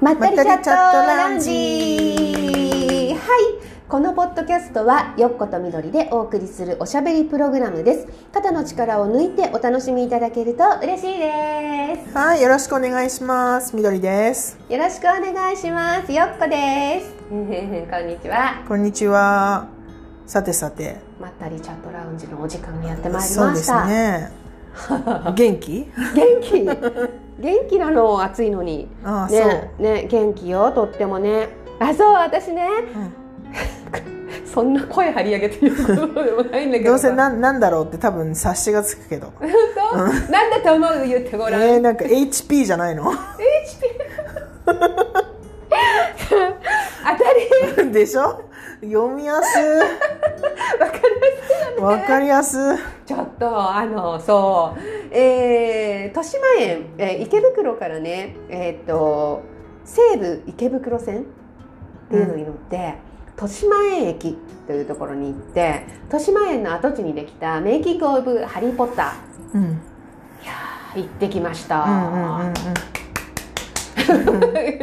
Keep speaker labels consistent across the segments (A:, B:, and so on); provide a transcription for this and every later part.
A: まったりチャットランジ
B: まったりチャットランジ
A: はいこのポッドキャストはよっことみどりでお送りするおしゃべりプログラムです肩の力を抜いてお楽しみいただけると嬉しいです
B: はい、よろしくお願いします。みどりです。
A: よろしくお願いしますよっこです こんにちは
B: こんにちは。さてさて。
A: まったりチャットラウンジのお時間がやってまいりました
B: そうです ね。元気？
A: 元気元気なの暑いのに
B: ああ、
A: ねね元気よとってもねあそう私ね
B: そう。うん
A: そんな声張り上げて言うことでもないんだけど
B: どうせなんなんだろうって多分察しがつくけど。
A: そうなんだと思う言ってごらん、
B: えー、なんか HP じゃない の？
A: 当たり
B: でしょ？読みやす。
A: わかり
B: わかりやす。
A: ちょっとあのそうえー、豊島園、えー池袋からねえーっと西武池袋線っていうのに乗って、豊島園駅というところに行って豊島園の跡地にできたメイキング・オブ・ハリー・ポッタ
B: うん。うん
A: ーいやー行ってきました、
B: うんうんうん。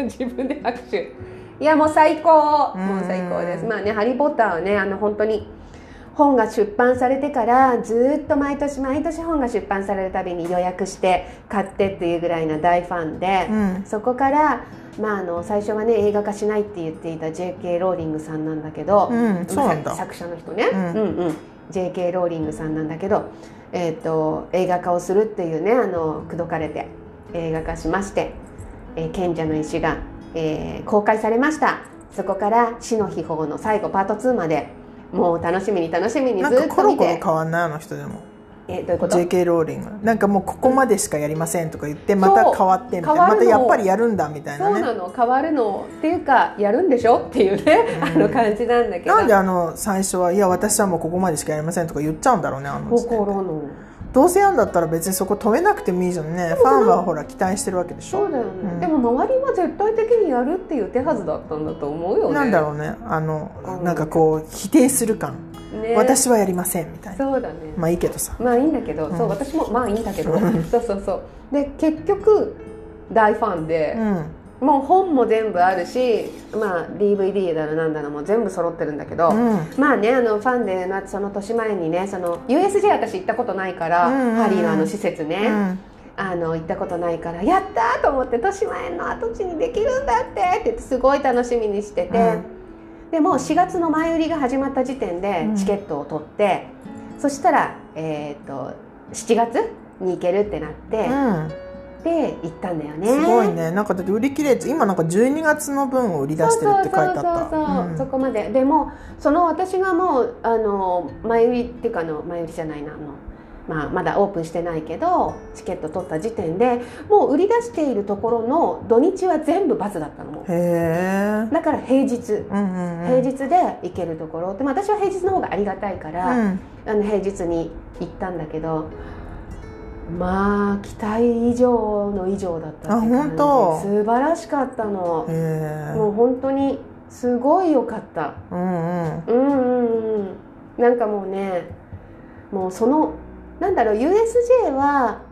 A: 自分で拍手いやもう最高
B: うん
A: もう最高ですまあね「ハリー・ポッター」はねあの本当に本が出版されてからずっと毎年毎年本が出版されるたびに予約して買ってっていうぐらいな大ファンで、
B: うん
A: そこから、まあ、あの最初はね映画化しないって言っていた J.K. ローリングさんなんだけど、
B: うんそうなんだ
A: まあ作作者の人ね、う
B: うんん
A: うん J.K. ローリングさんなんだけど、えー、と映画化をするっていうねあの口説かれて映画化しまして「えー賢者の石が」えー公開されましたそこから「死の秘宝」の最後パート2までもう楽しみに楽しみにず
B: な
A: っ
B: んか
A: と
B: コロ
A: 見
B: コロ
A: て
B: 変わんないあの人でも
A: えーどういうこと
B: JK ローリングなんかもうここまでしかやりませんとか言ってまた
A: そう
B: 変わってみた
A: 変
B: い
A: わ
B: な
A: る
B: ま
A: の
B: たやっぱりやるんだみたい
A: そう
B: な
A: な
B: ね
A: の変わるのっていうかやるんでしょっていうね、あの感じなんだけど
B: なんであの最初はいや私はもうここまでしかやりませんとか言っちゃうんだろうねあの時点
A: 心の
B: どうせやんだったら別にそこ止めなくてもいいじゃんねファンはほら期待してるわけでし
A: そ
B: ょ
A: うだよね、
B: うん
A: でも周りは絶対的にやるっていう手はずだったんだと思うよね
B: なんだろうねあ
A: う
B: の
A: ん
B: なんかこう否定する感
A: うね
B: 私はやりませんみたいな
A: そうだね
B: まあいいけどさ
A: まあいいんだけど、そう私もまあいいんだけどそうそうそうで結局大ファン
B: う
A: で、
B: ん
A: もう本も全部あるし、まあ、DVD だのなんだのも全部揃ってるんだけど、
B: うん
A: まあねあのファンで、まあ、その年前にねその USJ 私行ったことないから、
B: うんうんうん
A: ハリーのあの施設ね、
B: うん
A: あの行ったことないから「やった!」と思って「豊島園の跡地にできるんだって!」って言ってすごい楽しみにしてて、でもう4月の前売りが始まった時点で
B: うん
A: チケットを取って、そしたら、えー、と7月に行けるってなって、
B: うん
A: で行ったんだよね。
B: すごいねなんかだって売り切れて今なんか12月の分を売り出してるって書いてあっ
A: そ
B: た
A: うそうそうそう、
B: うん
A: そこまででもその私がもうあの前売りっていうかあの前売りじゃないなあの、まあ、まだオープンしてないけどチケット取った時点でもう売り出しているところの土日は全部バスだったのもう
B: へえ。
A: だから平日
B: うんうんうん。
A: 平日で行けるところでも私は平日の方がありがたいから、
B: うん。
A: あの平日に行ったんだけどまあ期待以上の以上だったって
B: あ
A: 感
B: 本
A: じ
B: 当
A: 素晴らしかったの。
B: へえ。
A: もう本当にすごい良かった
B: うんうん。
A: うんうんうんなんかもうねもうそのなんだろう USJ は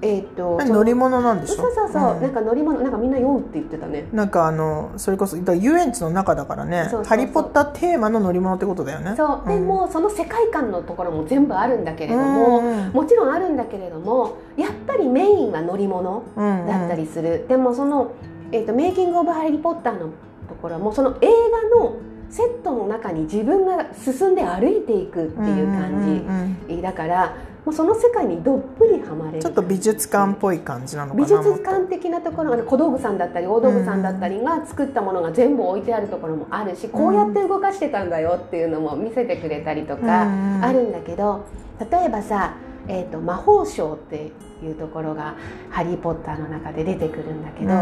A: えっ、と
B: 何乗り物なんでしょ。
A: そうそうそう、
B: ん
A: なんか乗り物なんかみんな酔うって言ってたね
B: なんかあのそれこそだから遊園地の中だからね
A: そうそうそう
B: ハリー・ポッターテーマの乗り物ってことだよね
A: そうで
B: ん
A: もうその世界観のところも全部あるんだけれ
B: う
A: ど
B: ん
A: も、
B: うん
A: もちろんあるんだけれどもやっぱりメインは乗り物
B: うん
A: だったりする、でもその、えーと「メイキング・オブ・ハリー・ポッター」のところはもうその映画のセットの中に自分が進んで歩いていくっていう感
B: 感
A: じ、だからもうその世界にどっぷりはまれる
B: ちょっと美術館っぽい感じなのか
A: 美
B: な
A: 術館的なところあの小道具さんだったり大道具さんだったりが作ったものが全部置いてあるところもあるし、こうやって動かしてたんだよっていうのも見せてくれたりとか。あるんだけど例えばさ、えーと魔法省っていうところが「ハリー・ポッター」の中で出てくるんだけ
B: け
A: ど、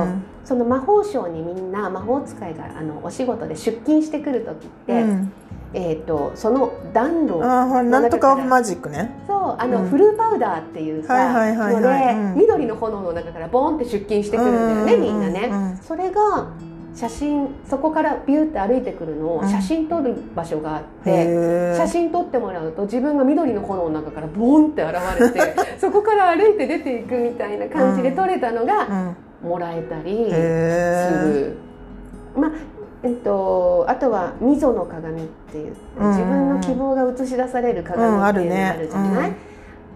A: その魔法省にみんな魔法使いがあのお仕事で出勤してくる時って、えー、とその暖炉
B: あーほらなんとかオブマジックね
A: そうあの、
B: うん
A: フルーパウダーっていうさ、
B: はいはいはいはい
A: ので、
B: うん
A: 緑の炎の中からボーンって出勤してくるんだよね、
B: うう
A: みんなね。
B: うん
A: それが写真そこからビューって歩いてくるのを写真撮る場所があって。
B: へえ
A: 写真撮ってもらうと自分が緑の炎の中から ボーンって現れてそこから歩いて出ていくみたいな感じで撮れたのが
B: うん
A: もらえたりす
B: へえ
A: る。まあえっと、あとは「溝の鏡」っていう
B: うん
A: 自分の希望が映し出される
B: うんあ
A: 鏡っていう
B: る
A: のが
B: ね
A: あるじゃない、
B: うん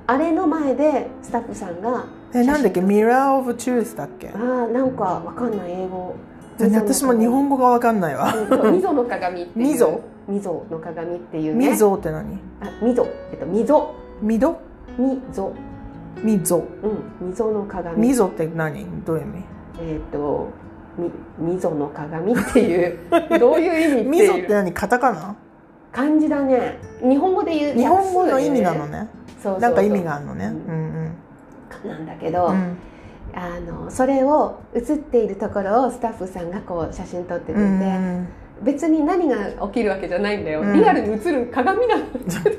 A: あれの前でスタッフさんが
B: えなんだっけミラー・オブ・チュースだっけ
A: あーなんかわかんない英語
B: 全然私も日本語がわかんないわ
A: うんと溝の鏡っていう
B: 溝
A: 溝の鏡っていうね
B: 溝って何
A: あ溝えっと溝
B: 溝
A: 溝
B: 溝
A: うん溝の鏡
B: 溝って何どういう意
A: えっとみ溝の鏡って いうどういう意味
B: 味
A: って
B: 溝っ
A: い
B: て
A: う
B: 何カタカナ
A: 漢字だね日本語で言う
B: 日本語の意味なの
A: ね
B: ね
A: そうそうそう
B: なんか意味があるのね
A: う
B: うんん
A: なんだけど、
B: うんうん
A: あのそれを写っているところをスタッフさんがこう写真撮ってくれて、
B: うん
A: 別に何が起きるわけじゃないんだよ、
B: うん
A: リアルに映る鏡なの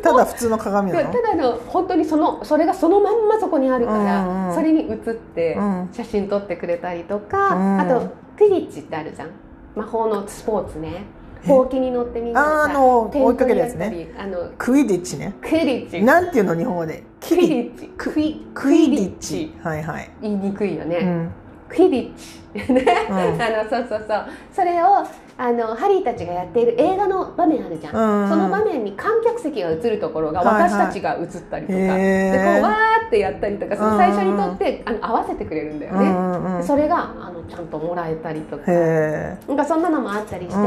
B: ただ普通の鏡な
A: た
B: の
A: だの本当にそのそれがそのまんまそこにあるから、
B: うんうん
A: それに写って
B: うん
A: 写真撮ってくれたりとか、
B: うん
A: あとクリッチってあるじゃん魔法のスポーツね
B: え
A: ほうきに乗ってみんな
B: あーあ
A: さ
B: の
A: 転倒
B: 追いかけるやつね
A: になったりあの
B: クイディッチね
A: クリッチ
B: なんていうの日本語で
A: クリッチクイ
B: クイディッチはいはい
A: 言いにくいよね、
B: うん
A: クリッチね、
B: う
A: あ
B: ん
A: のそうそうそうそれをあのハリーたちがやっている映画の場面あるじゃん、
B: うん
A: その場面に観客席が映るところが
B: はいはい
A: 私たちが映ったりとか、でこうわ
B: へ
A: ーってやったりとかそ
B: うん
A: の最初に撮ってあの合わせてくれるんだ
B: え
A: よ
B: うんう
A: ね、
B: んうん
A: それがあのちゃんともらえたりとか
B: へ
A: なんかそんなのもあったりして、
B: うん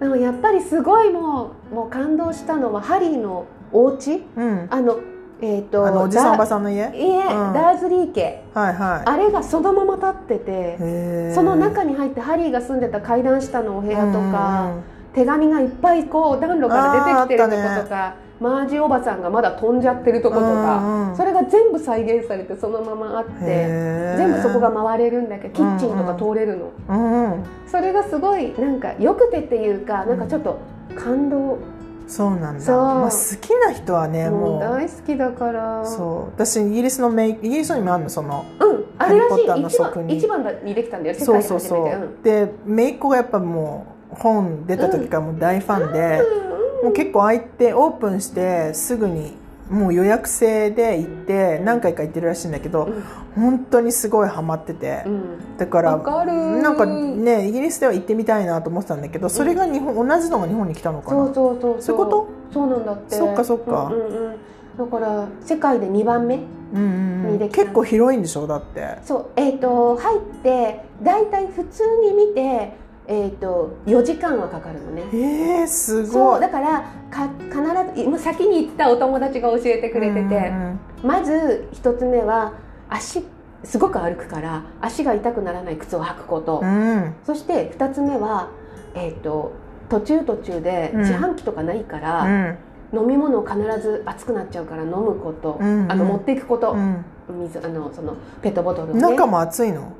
A: でもやっぱりすごいもうもう感動したのはハリーのお家
B: えうん
A: あのえっ、と
B: あのおじさんおば
A: さ
B: さんの家はい
A: いえ、
B: うん
A: ダーズリー家
B: は
A: あれがそのまま立ってて
B: いへえ
A: その中に入ってハリーが住んでた階段下のお部屋とか、
B: うんうん
A: 手紙がいっぱいこう暖炉から出てきてるとことか、マージおばさんがまだ飛んじゃってるとことか、
B: うんうん
A: それが全部再現されてそのままあって
B: へー
A: 全部そこが回れるんだけどキッチンとか通れるの、
B: うん
A: それがすごいなんかよくてっていうかなんかちょっと感動、
B: そうなんだ
A: そう
B: まあ、好きな人はね
A: も
B: も
A: う
B: う
A: 大好きだから
B: そう私イギリスのメイイギリスにもあるのその
A: うんあれらし
B: ハリーポッター
A: い
B: の
A: 一
B: 側
A: 番
B: に
A: 一番にできたんだよ世
B: そ
A: 界
B: う
A: で
B: そう
A: 初
B: そ
A: めてうん
B: うで姪っ子がやっぱもう本出た時からもう大ファンで、もう結構開いてオープンしてすぐにもう予約制で行って何回か行ってるらしいんだけど、本当にすごいハマってて
A: う、ん
B: だから
A: わかる
B: なんかねイギリスでは行ってみたいなと思ってたんだけどそれが日本、同じのが日本に来たのかな
A: そうそうそう
B: そういうこと
A: そうなんだって
B: そっかそっか
A: うんうんうんだから世界で2番目
B: うんうんう
A: に
B: ん
A: できた
B: 結構広いんでしょだって
A: そうえっ、と入って大体普通に見てえっ、と4時間はかかるのね
B: えー、す
A: そ
B: ご
A: う
B: い
A: だからか必ずいもう先に行ったお友達が教えてくれてて、
B: うんうん
A: まず一つ目は足すごく歩くから足が痛くならない靴を履くこと、
B: うんうん
A: そして二つ目はえっ、と途中途中で
B: うん
A: 自販機とかないから、
B: うん
A: 飲み物を必ず熱くなっちゃうから飲むこと、
B: うんうん
A: あの持っていくこと、
B: うん
A: 水あのそのペットボトルをね
B: 中も暑いの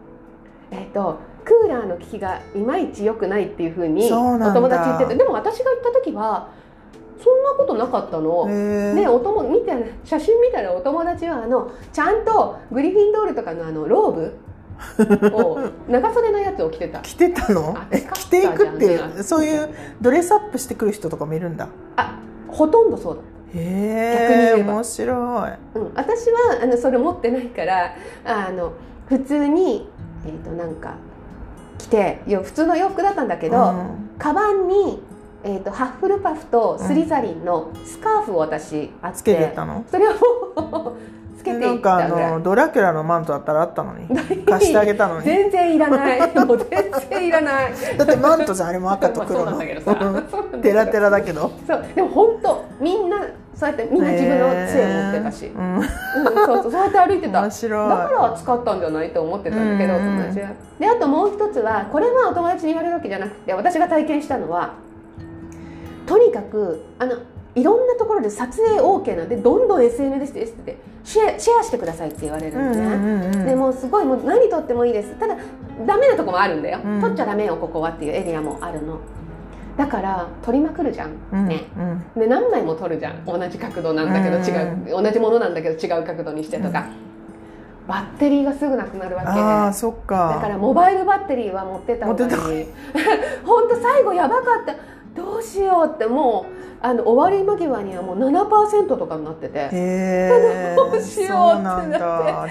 A: えっとクーラーの効きがいまいち良くないっていうふうに
B: そう
A: お
B: なんだ
A: 友達言っててでも私が行った時はそんなことなかったの。
B: へ
A: で
B: え
A: おとも見たら写真見たらお友達はあのちゃんとグリフィンドールとかのあのロー ブを長袖のやつを着てた。
B: 着てたのえ
A: 暑かった
B: 着ていくってい
A: じゃんね
B: うそういうドレスアップしてくる人とかもいるんだ
A: あほとんどそうだ
B: へえ
A: 逆に言えば
B: 面白い
A: うん、私はあのそれ持ってないからあの普通に、えー、となんか着てよ普通の洋服だったんだけど、
B: うん
A: カバンに、えー、とハッフルパフとスリザリンのスカーフを私あって
B: つけてたの
A: それを もうつけて
B: ないん
A: っ
B: か
A: た
B: あ
A: ぐらい
B: のドラキュラのマントだったらあったの に貸してあげたのに
A: 全然いら ないもう全然いらない
B: だってマントじゃんあれも赤と
A: まあそう
B: 黒
A: なん
B: の
A: だけどさ
B: うん
A: そうなんだけど
B: テラテラだけど
A: そうでも本当みんなそうやってみんな自分の杖を持ってたし、
B: へーうん
A: うん、そうそうそうやって歩いてた
B: 面
A: だ
B: 白
A: か
B: い
A: ら使ったんじゃないと思ってたんだけど、
B: うんうんうん
A: お友達は。であともう一つはこれはお友達に言われるわけじゃなくて私が体験したのはとにかくあのいろんなところで撮影 OK なんでどんどん SNS でしてシェアシェアしてくださいって言われる
B: うん
A: の
B: う
A: ね。
B: んうんうん
A: でもうすごいもう何撮ってもいいですただダメなとこもあるんだよ、
B: うん
A: 撮っちゃダメよここはっていうエリアもあるのだから撮りまくるじゃん、
B: うん
A: ね
B: うん
A: で何枚も撮るじゃん同じ角度なんだけど違う、同じものなんだけど違う角度にしてとか、バッテリーがすぐなくなるわけ
B: ああそっ
A: だから
B: か
A: モバイルバッテリー は持ってたのに
B: 持っ
A: 本当最後やばかったどうしようってもうあの終わり間際にはもう7%とかになってて
B: へえ
A: どうしようってなって
B: そうなんだ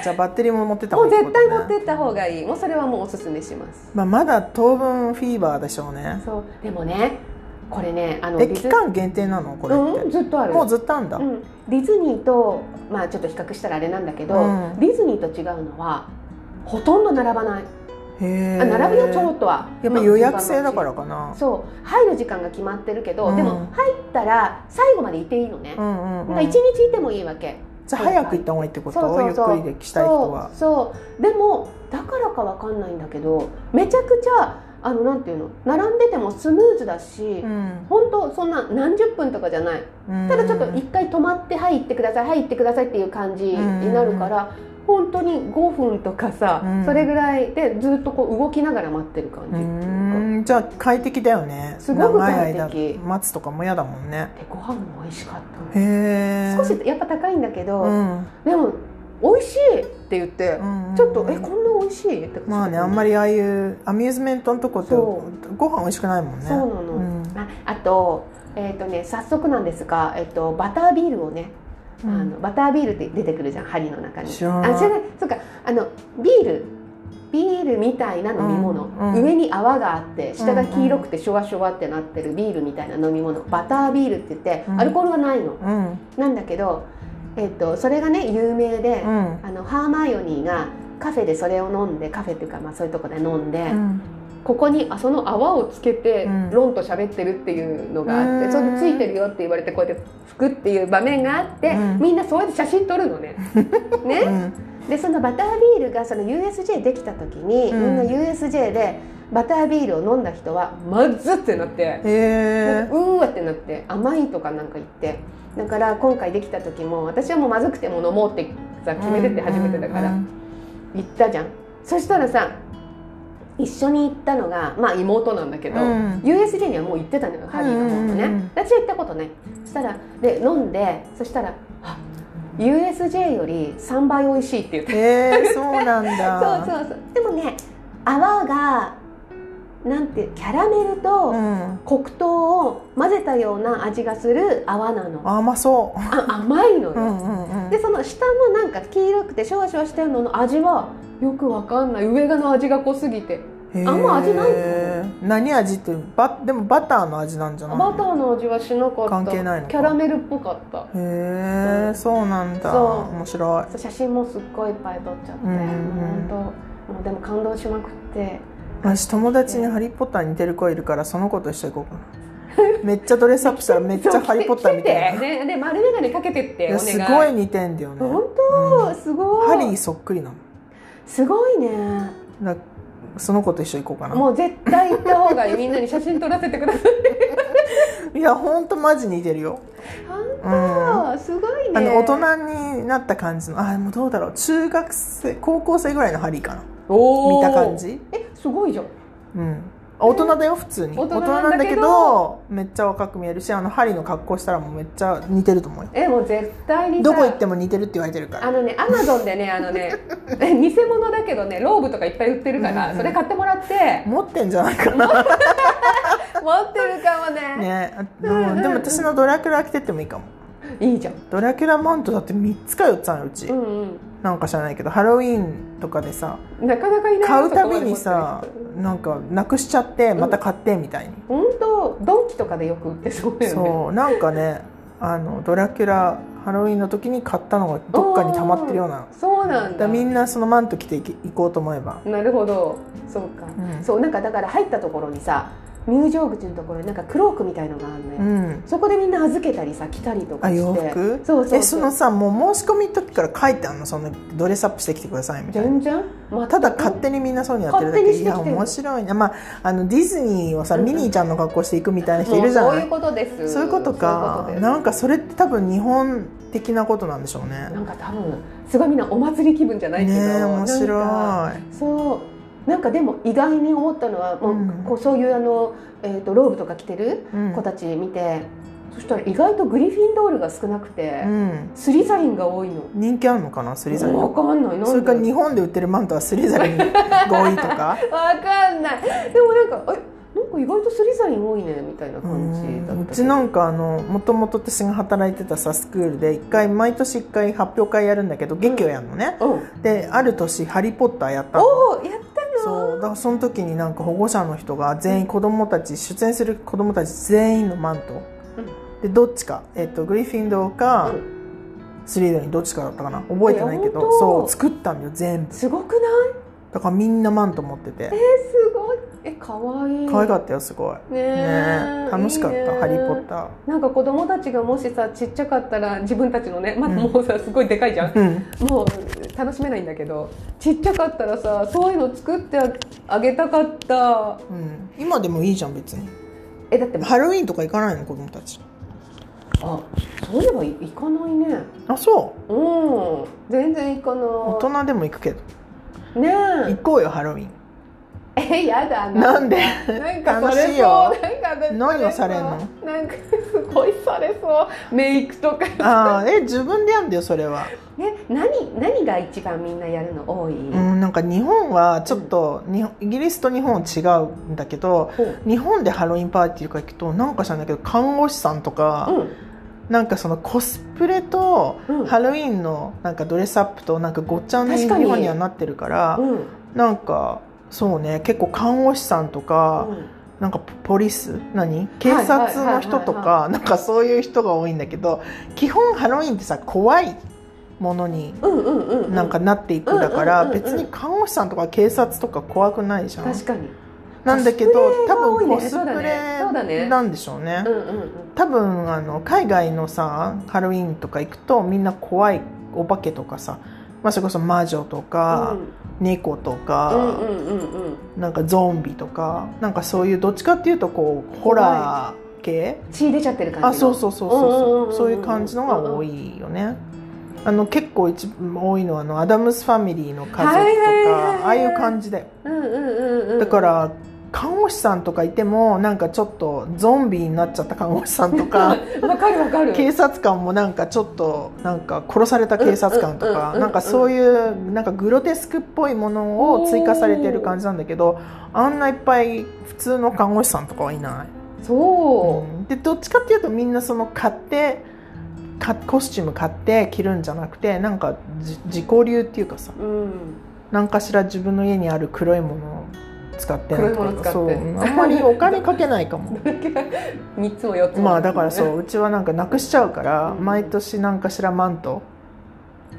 B: じゃあバッテリーも持ってた
A: も
B: 方
A: う
B: がいい
A: 絶対持っ
B: って
A: った方がいいもうそれはもうおすすめします
B: まあ、まだ当分フィーバーでしょうね
A: そうでもねこれねあの
B: え
A: ディズ
B: 期間限定なのこれ
A: うん、
B: っ
A: ずっとあ
B: て
A: る
B: もうずっとあんだ、
A: うん、ディズニーと、まあ、ちょっと比較したらあれなんだけど、
B: うん
A: ディズニーと違うのはほとんど並ばない、
B: へえ
A: あ並ぶよちょろっとは
B: やっぱ予約制だからかな
A: そう入る時間が決まってるけど、
B: うん
A: でも入ったら最後までいていいのね、だ
B: う
A: か
B: んうん、う
A: ら1
B: ん、
A: 日いてもいいわけ
B: じゃあ早く行った方がいいってことゆっくりでしたい人は
A: そうそうでもだからかわかんないんだけどめちゃくちゃあのなんていうの並んでてもスムーズだし、
B: うん
A: 本当そんな何十分とかじゃない
B: うん
A: ただちょっと一回止まって「はい行ってくださいはい行ってください」っていう感じになるから、本当に5分とかさ、
B: うん
A: それぐらいでずっとこう動きながら待ってる感じ
B: う
A: っていうか
B: んじゃあ快適だよね
A: すごく
B: 長
A: 快
B: い
A: 適
B: 間待つとかも嫌だもんね
A: でご飯も美味しかった
B: へえ
A: の少しやっぱ高いんだけど、
B: うん
A: でも美味しいって言って、
B: うん
A: ちょっと「えこんな美味しい?」って感じ
B: まあねあんまりああいうアミューズメントのとこって
A: そ
B: ご飯美味しくないもんね
A: そうなの、
B: うん
A: ああと,、えーとね、早速なんですが、えっとバタービールをね、
B: うん
A: あのバタービールって出てくるじゃん針の中に
B: 知らない
A: あ知らないそうかあのビールビールみたいな飲み物、
B: うんうん
A: 上に泡があって下が黄色くてシュワシュワってなってるビールみたいな飲み物バタービールって言って
B: うん
A: アルコールはないの、
B: うんうん
A: なんだけど、えっとそれがね有名で、
B: うん
A: あのハーマイオニーがカフェでそれを飲んでカフェっていうか、まあ、そういうとこで飲んで、ここにあその泡をつけて
B: うん
A: ロンと喋ってるっていうのがあって、
B: うん
A: それでついてるよって言われてこうやって拭くっていう場面があって、
B: うん
A: みんなそうやって写真撮るの ね。
B: う
A: ね
B: ん
A: でそのバタービールがその USJ できた時に、
B: うん
A: みんな USJ でバタービールを飲んだ人はまずってなって。
B: へえ
A: うーわってなって甘いとかなんか言ってだから今回できた時も私はもうまずくても飲もうってさ決めてって初めてだから、行ったじゃんそしたらさ一緒に行ったのがまあ妹なんだけど、
B: うん
A: USJ にはもう行ってたのよハリーの方とね、
B: うんうんうん
A: 私は行ったことねそしたらで飲んでそしたらあ USJ より3倍美味しいって言って
B: へえそうな ん
A: そう
B: だう
A: そうそうでもね泡がなんてキャラメルと、
B: ん
A: 黒糖を混ぜたような味がする泡なの
B: あ甘そ
A: あ甘いの
B: うう
A: よ、
B: んうんうん
A: でその下のなんか黄色くてシュワシュワしてるのの味はよくわかんない上がの味が濃すぎて
B: へー
A: あんま味ないの
B: 何味ってバでもバターの味なんじゃない
A: バターの味はしなかった
B: 関係ないのか
A: キャラメルっぽかった
B: へえそうなんだ
A: そう
B: 面白
A: そう写真もすっごいいっぱい撮っちゃって、
B: うんうんうん
A: もう本当もうでも感動しまくって
B: い私友達に「ハリー・ポッター」に似てる子いるからその子と一緒に行こうかな めっちゃドレスアップしたらめっちゃ「ハリー・ポッター」みたい
A: そう来て来
B: な
A: てねで丸眼鏡かけてって
B: い
A: お願
B: や
A: い
B: すごい似てんだよね
A: 本
B: う
A: 当
B: ん
A: すごい
B: ハリーそっくりなの
A: すごいね
B: だその子と一緒に行こうか
A: もう絶対行った方がいいみんなに写真撮らせてください
B: ないやほんとマジ似てるよ
A: 本
B: う
A: 当、
B: ん
A: すごいね
B: あの大人になった感じのあもうどうだろう中学生高校生ぐらいのハリーかな
A: おー
B: 見た感じ
A: えすごいじゃん
B: うん大人だよ普通に
A: 大
B: 大
A: 人
B: 人
A: な
B: なんん
A: だ
B: だ
A: け
B: け
A: ど
B: どめっちゃ若く見えるしあの針の格好したらもうめっちゃ似てると思うよ
A: えもう絶対にさ
B: どこ行っても似てるって言われてるから
A: あのねアマゾンでねあのね え偽物だけどねローブとかいっぱい売ってるから、
B: うんうん
A: それ買ってもらって
B: 持ってんじゃないかな
A: 持ってるかもね
B: ねあ
A: うんうんうん
B: うんでも私のドラキュラ着てってもいいかも
A: いいじゃん
B: ドラキュラマントだって3つか4つあるうち、
A: うん
B: なんか知らないけどハロウィーンとかでさ
A: うんなかなかいないよ
B: 買うた
A: そ
B: び
A: こまで持っ
B: に
A: てる人
B: さなんかなくしちゃってまた買ってみたいに、
A: 本当ドンキとかでよく売ってそうだよね
B: そうなんかねあのドラキュラハロウィーンの時に買ったのがどっかに溜まってるような
A: そうなん
B: だ
A: だ
B: からみんなそのマント着ていき行こうと思えば、
A: なるほどそうか、
B: うん
A: そうなんかだから入ったところにさ入場口のところになんかクロークみたいのがあるのよ、
B: うん、
A: そこでみんな預けたりさ着たりとか
B: あ
A: して
B: 洋服
A: そうそうそう
B: えそのさもう申し込みの時から書いてあるのそのドレスアップしてきてくださいみたいな
A: 全然ま
B: ただ勝手にみんなそうにやってるだ
A: 勝手に
B: け
A: し
B: い
A: てき
B: や
A: てる
B: 面白いねまああのディズニーをさ、ミニーちゃんの格好していくみたいな人いるじゃ
A: もうそ
B: な
A: う
B: い
A: いうことです
B: そういうことか
A: そういうことです
B: なんかそれって多分日本的なことなんでしょうね
A: なんか多分すごいみんなお祭り気分じゃないけど、
B: ねえ面
A: なんか
B: 白い
A: そうなんかでも意外に思ったのはもう、
B: うん
A: こうそういうあの、えー、とローブとか着てる
B: うん
A: 子たち見て、そしたら意外とグリフィンドールが少なくて、
B: うん、
A: スリザリンが多いの
B: 人気あるのかなスリザリン
A: わかんないなんで
B: それか ら日本で売ってるマントはスリザリンが多いとか
A: わかんないでもなんかえなんか意外とスリザリン多いねみたいな
B: う
A: 感じだったけど
B: んうちなんかあのもともと私が働いてたサスクールで一回毎年一回発表会やるんだけど劇をやるのね、
A: うん
B: である年「ハリー・ポッター」やったの
A: おおやったの
B: そうだからその時になんか保護者の人が全員子供たち出演する子供たち全員のマント、
A: うん
B: でどっちか、えっとグリフィンドーか、
A: うん
B: スリーダリンどっちかだったかな覚えてないけ
A: え本
B: ど
A: 当
B: そう作ったんだよ全部
A: すごくない
B: だからみんなマント持ってて
A: えすごいえ可愛い
B: 可愛か
A: っ
B: ったよすごい
A: たね
B: ね
A: え
B: え楽しかった
A: いいね
B: ハリー・ポッタ
A: なんか子供たちがもしさちっちゃかったら自分たちのねまだ
B: うん
A: もうさすごいでかいじゃん
B: ー」うん
A: もう楽しめないんだけどちっちゃかったらさそういうの作ってあげたかった
B: うん、今でもいいじゃん別に
A: えだって
B: ハロウィーンとか行かないの子供たち
A: あそういえばい行かないね
B: あそう
A: うん全然行か
B: 大
A: な
B: 人でも行くけど
A: いね
B: 行こうよハロウィーン
A: ええやだな
B: なんで
A: なんかそれ
B: 楽しい
A: そう
B: よ
A: なんか私
B: 何をされんの
A: なんかすごいされそうメイクとか
B: ああえ自分でやんだよそれは
A: ね何何が一番みんなやるの多い、
B: うん、なんか日本はちょっとにイギリスと日本は違うんだけど
A: ほう
B: 日本でハロウィンパーティーとか行くとなんか知らないけど看護師さんとか、なんかそのコスプレと
A: うんうん
B: ハロウィンのなんかドレスアップとなんかごっちゃに日
A: 確かに
B: 本にはなってるから
A: うん
B: なんかそうね結構看護師さんとか、
A: うん
B: なんかポポリス何警察の人
A: は
B: と
A: いはい
B: かなんかそういう人が多いんだけど基本ハロウィンってさ怖いものに
A: うんうんうんうん
B: なんかなっていくだから
A: うんうんうんうん
B: 別に看護師さんとか警察とか怖くないじゃん
A: 確かに
B: なんだけ
A: コ
B: ど
A: スプレ
B: 多
A: が多い
B: 分
A: ね
B: コスプ
A: そうだねそうだね
B: レなんでしょうね
A: うんうんうん
B: 多分あの海外のさハロウィーンとか行くとみんな怖いお化けとかさまあそれこそ魔女とか、猫と
A: うん
B: か、
A: うんうんうんうん
B: なんかゾンビとかなんかそういうどっちかっていうとこうホラー系
A: 血出ちゃってる感じの
B: あそうそうそうそう
A: うんうんうん
B: そううんそういう感じのが多いよね。あの結構一番多いのはあのアダムスファミリーの家族とか、
A: はいはいはいはい
B: ああいう感じで
A: うんうんうんうん
B: だから看護師さんとかいてもなんかちょっとゾンビになっちゃった看護師さんとか
A: わかるわかる
B: 警察官もなんかちょっとなんか殺された警察官と
A: うんうんうんうん
B: か
A: うん
B: なんかそういうなんかグロテスクっぽいものを追加されてる感じなんだけどあんないっぱい普通の看護師さんとかはいない。
A: そう
B: うんでどっちかっていうとみんなその買ってかコスチューム買って着るんじゃなくてなんかじ自己流っていうかさ
A: うん
B: 何かしら自分の家にある黒いものを使ってなんとか
A: 黒いもの使って
B: そうあんまりお金かけない かも
A: 三つも四つも
B: まあだからそうううちはなんかなくしちゃうから
A: うん
B: 毎年何かしらマント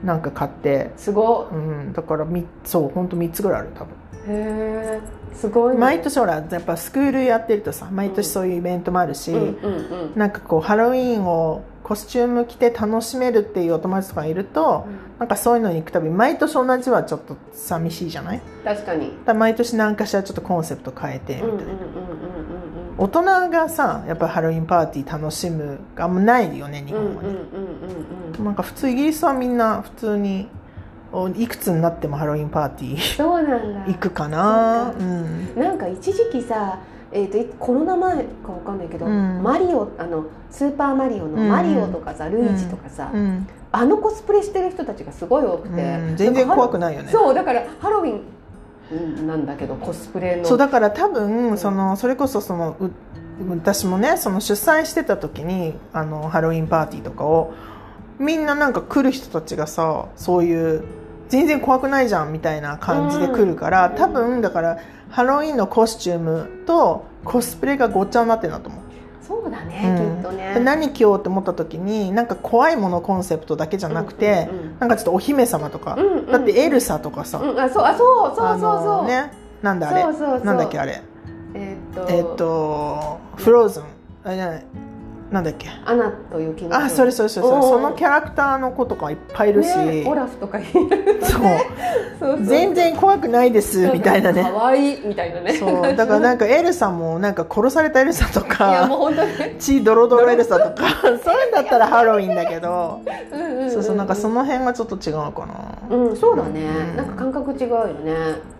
B: なんか買って、
A: すご
B: うん、だからみそうほんと3つぐらいある多分
A: いへえすごいね
B: 毎年ほらやっぱスクールやってるとさ毎年そういうイベントもあるし、
A: うんうんうん
B: なんかこうハロウィーンをコスチューム着て楽しめるっていうお友達とかいるとなんかそういうのに行くたび毎年同じはちょっと寂しいじゃないだか
A: 確かに
B: ら毎年何かしらちょっとコンセプト変えてみ
A: う
B: たい
A: ん
B: な、
A: うんうんうんうん
B: 大人がさやっぱハロウィーンパーティー楽しむあんまないよね日
A: うんうんうんう
B: 本は
A: ん
B: ね、
A: うんうん
B: なんか普通イギリスはみんな普通においくつになってもハロウィーンパーティー
A: そうなんだ
B: 行くかな
A: そううか
B: ん
A: なんか一時期さえー、といコロナ前かわかんないけど、
B: うん
A: マリオあのスーパーマリオの
B: うん
A: マリオとかさ、ルイージとかさ、
B: うん
A: あのコスプレしてる人たちがすごい多くて、
B: うん全然怖くないよね
A: そうだからハロウィンなんだけどコスプレの
B: そうだから多
A: うん
B: 分そのそれこそそのう私もねその主催してた時にあのハロウィンパーティーとかをみんななんか来る人たちがさそういう全然怖くないじゃんみたいな感じで来るから、
A: うん
B: 多分だからハロウィンのコスチュームとコスプレがごっちゃになってるんだと思う、
A: そうだね、
B: うん
A: きっとね
B: で何着ようって思った時になんか怖いものコンセプトだけじゃなくて、なんかちょっとお姫様とか、
A: うんうんうん、
B: だってエルサとかさ、
A: うん、あそうあそうそうそうそ
B: あ
A: う、
B: のねなんだあれ
A: そうそうそう
B: なんだっけあれ
A: えーっと,、
B: えっと、フローズン、あれじゃない、なんだっけ。
A: アナと雪の女王
B: あ、それそれそれ
A: お
B: それ、
A: ー
B: そのキャラクターの子とかいっぱいいるし、
A: ね、オラフとかいる
B: そう、
A: そうそう
B: 全然怖くないですみたいなね。
A: 可愛いみたいなね
B: そう、だからなんかエルサもなんか殺されたエルサと
A: いやも
B: か、
A: う本当にね、
B: 血ドロドロエルサとか、そういうんだったらハロウィンだけど、
A: うんうんうん
B: そうそうなんかその辺がちょっと違うかな。
A: うん、そうだね、
B: うん
A: なんか感覚違うよね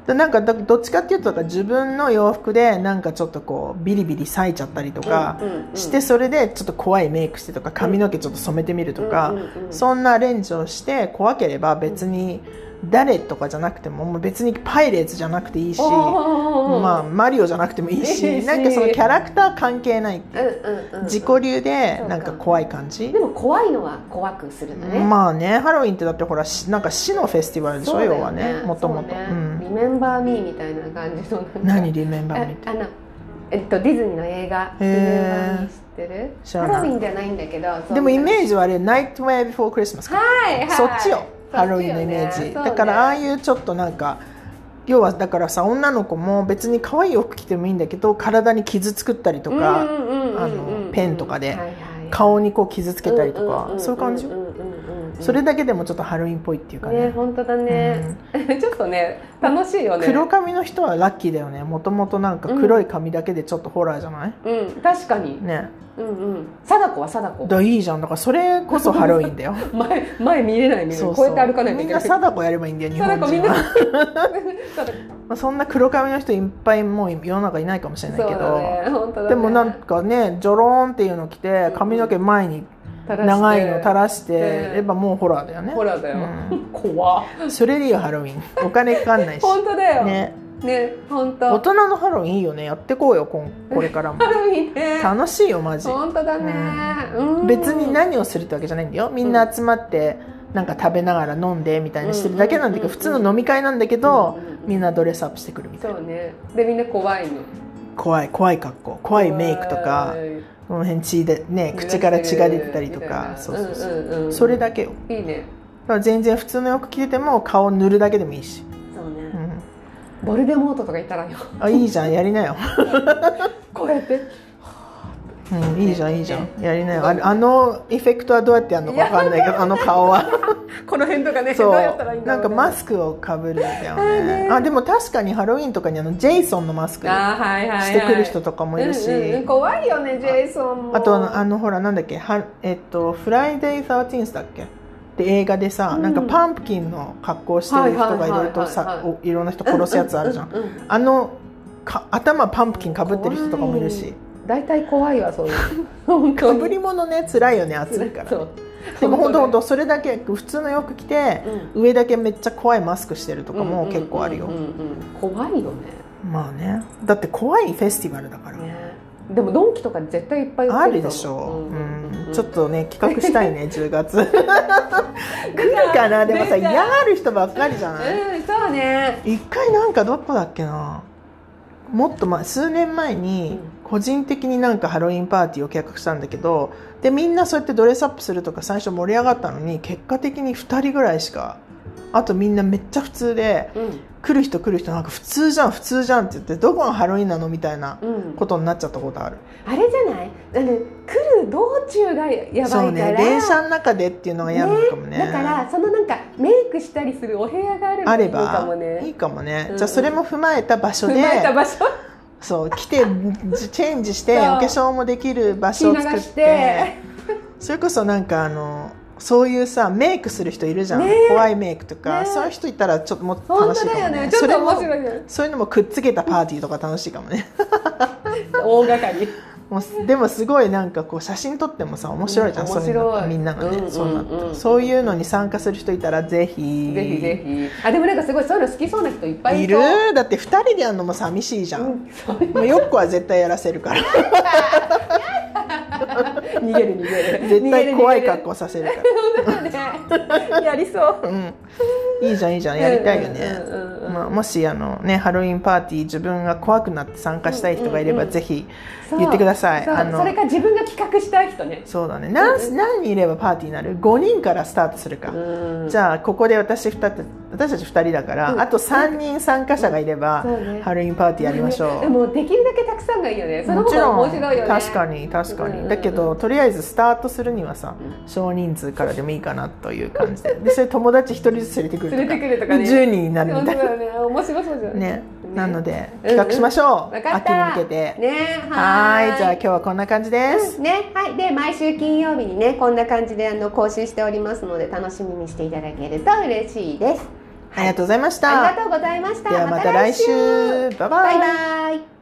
B: でなんかだどっちかっていうとだから自分の洋服でなんかちょっとこうビリビリ裂いちゃったりとか
A: うんうんうん
B: してそれでちょっと怖いメイクしてとか髪の毛ちょっと染めてみるとか
A: うんうんうん
B: そんなアレンジをして怖ければ別に誰とかじゃなくてももう別にパイレーツじゃなくていいし、ま
A: ま
B: あ、マリオじゃなくてもいい
A: いい
B: し
A: し
B: なんかそのキャラクター関係ない自己流で
A: そうか
B: なんか怖い感じ
A: でも怖いのは怖くするのね。
B: まあねハロウィンってだってほらしなんか死のフェスティバルでしょ、
A: そうだよ
B: 要はねもともと
A: そうねリメンバー・ミーみたいな感じのなんか
B: 何リメンバーみ
A: ああのえっとディズニーの映画「リ
B: へー
A: メンバー・ミー」知ってる
B: 知
A: ハ
B: らない
A: ロウィンじゃないんだけどそう
B: でもイメー
A: ジ
B: ジはあれ「ナイト・メイ・ビフォー・クリスマス」か、
A: はいはい
B: そっちよハロウィンのイメージ、だからああ
A: う
B: いうちょっとなんか要はだからさ女の子も別に可愛い服着てもいいんだけど体に傷作ったりと
A: と
B: か、あのペンとかで顔にこう傷つけたりとか、そういう感じよ、それだけでもちょっとハロウィンっぽいっていうかね
A: ね本当だね ちょっとね楽しいよね
B: 黒髪の人はラッキーだよねもともとなんか黒い髪だけでちょっとホラーじゃない、
A: うん確かに
B: ね
A: うんうん貞子は貞子
B: だいいじゃんだからそれこそハロウィン だよ
A: 前前見えないね
B: そう
A: こうやって歩かないと
B: み
A: い
B: ん
A: けな
B: ない貞子やればいいんだよ日本
A: 貞子みん
B: 人
A: な
B: は
A: 貞子
B: まあそんな黒髪の人いっぱいもう世の中いないかもしれないけ
A: そう
B: ど、
A: だね本当だね
B: でもなんかねジョローンっていうの着て髪の毛前に
A: 垂らして
B: 長いの垂らして
A: ね
B: ればもうホラーだよね
A: ほらだよ、
B: う
A: 怖
B: それでいいよハロウィンお金かかんない し
A: 本当だよね
B: ね
A: 本
B: 大
A: 当
B: 人のハロウィンいいよねやってこうよこんこれからも
A: ハロウィンね
B: 楽しいよマジ
A: 本当だね、うん
B: 別に何をするってわけじゃないんだよみんな集まってなんか食べながら飲んでみたいにしてるだけなんだけど
A: うんうん
B: 普
A: うんうん
B: 通の飲み会なんだけど
A: うんうん
B: みんなドレスアップしてくるみたい
A: そ
B: な
A: うねでみんな怖いの
B: 怖い怖い格好怖いメイクとか
A: 怖い
B: この辺血でね口から血が出てたりと
A: みい
B: か
A: な
B: そうそうそう
A: うんうんうん
B: それだけよ
A: いいね
B: だから全然普通の洋服着てても顔塗るだけでもいいし、
A: そう
B: う
A: ね、
B: ん、
A: ボルデモートとかいたらよ
B: あいいじゃんやりなよ、
A: こうやって
B: うん、いいじゃんいいじゃんやりなよあれあのエフェクトはどうやってやるのかわかんないけどあの顔は
A: この辺とかね
B: そ
A: どうやったらいい
B: うん
A: だ
B: なん
A: ろ
B: か
A: うね
B: マスクをかぶるんだよねあでも確かにハロウィンとかにあのジェイソンのマスクし
A: あーはいはい、はい、
B: てくる人とかもいるし、
A: うんうんうん、怖いよねジェイソンも
B: あとあのあのほらなんだっけはえっとフライデーサーティンスだっけで映画でさ、
A: うん
B: なんかパンプキンの格好をしてる人がいろいろと
A: はいはい
B: さ
A: はいはい
B: おいろんな人殺すやつあるじゃん、
A: うう
B: あのか頭パンプキンかぶってる人とかもいるし
A: 大体怖いわそういう 本
B: か
A: 当に
B: ぶり物ね辛いよね暑いから
A: そう
B: でも本当本当それだけ普通の洋服着て、上だけめっちゃ怖いマスクしてると
A: と
B: かも結構あるよ、
A: 怖いよね
B: まあねだって怖いフェスティバルだから、
A: ねでもドンキとか絶対いっぱい売
B: あ
A: って
B: る
A: ると思う
B: でしょ
A: う
B: う、
A: んうんうん
B: うんちょっとね企画したい ね10月来るかなでもさ
A: 出た
B: 嫌がる人ばっかりじゃな
A: う
B: い
A: んそうね
B: 一回なんかどこだっけなもっと前数年前に個人的になんかハロウィンパーティーを計画したんだけどでみんなそうやってドレスアップするとか最初盛り上がったのに結果的に2人ぐらいしかあとみんなめっちゃ普通で
A: うん
B: 来る人来る人なんか普通じゃん普通じゃんって言ってどこがハロウィンなのみたいな
A: うん
B: ことになっちゃったことある
A: あれじゃないあの来る道中がやば
B: そ
A: い
B: う
A: か
B: ね
A: ら
B: 電車の中でっていうのが嫌なのかもね
A: だからそのなんかメイクしたりするお部屋があれば
B: あれ
A: いいかも
B: ばい
A: ね
B: いかもね、
A: うん
B: じゃあそれも踏まえた場所で
A: 踏まえた場所
B: そう来てじチェンジしてお
A: そう
B: 化粧もできる場所を
A: 聞き
B: 作
A: 流
B: っ
A: して
B: てそれこそなんかあのそういうさメイクする人いるじゃん、
A: ね
B: 怖いメイクとか、
A: ね
B: そういう人いたらちょっともっと
A: 本
B: 楽し
A: 当
B: い
A: だ
B: かも
A: よ
B: ね
A: ねちょっと面
B: それ
A: 白
B: も
A: いね
B: そういうのもくっつけたパーティーとか楽しいかもね
A: 大掛かり
B: もうでもすごいなんかこう写真撮ってもさ面白いじゃん、
A: うん
B: そういうの
A: 面白い
B: みんながね、
A: うん
B: そうなって
A: うんうんうん
B: そういうのに参加する人いたらぜひ
A: ぜひぜひあでもなんかすごいそういうの好きそうな人いっぱい
B: い
A: いそう
B: るだって2人でやるのも寂しいじゃ、
A: うんんそういう
B: もうよっこは絶対やらせるから
A: 逃げ る逃げる
B: 絶対怖い格
A: 好
B: 好させるか
A: やりそう
B: ら、うん、いいじゃんいいじゃんやりたいよね
A: うんうんうんうん
B: まあ、もしあの、ね、ハロウィンパーティー自分が怖くなって参加したい人がいれば、
A: うんうんうん
B: ぜひ
A: そう
B: 言ってください
A: そう
B: あの
A: それか自分が企画したい人ね
B: そうだね何,、何人いればパーティーになる5人からスタートするか、
A: うん
B: じゃあここで私二つ私たち2人だから、
A: うん
B: あと3人参加者がいれば、
A: そうね
B: ハロウィンパーティーやりましょう、
A: でもできるだけたくさんがいいよねその
B: も
A: 方
B: ち
A: が
B: ろ
A: 面
B: ん、
A: 白いよね
B: 確かに確かに、
A: うんうんうん
B: だけどとりあえずスタートするにはさ、少人数からでもいいかなという感じででそれ友達一人ずつ連れてくるとか
A: 連れてくるとかね
B: 10人になる
A: 本
B: み
A: 当
B: たい
A: だよね面白そうじゃ
B: な、
A: ん
B: ね、なので
A: うんうん
B: 企画しましょう、
A: 分かっ
B: 秋に
A: た
B: 向けて、
A: ね
B: は
A: ー
B: ーいじゃあ今日はこんな感じです、
A: ね、はい、で毎週金曜日にねこんな感じであの更新しておりますので楽しみにしていただけると嬉しいです。
B: ありがとうございました
A: ありがとうございました。
B: ではまた来週バイバイ
A: バイバイ。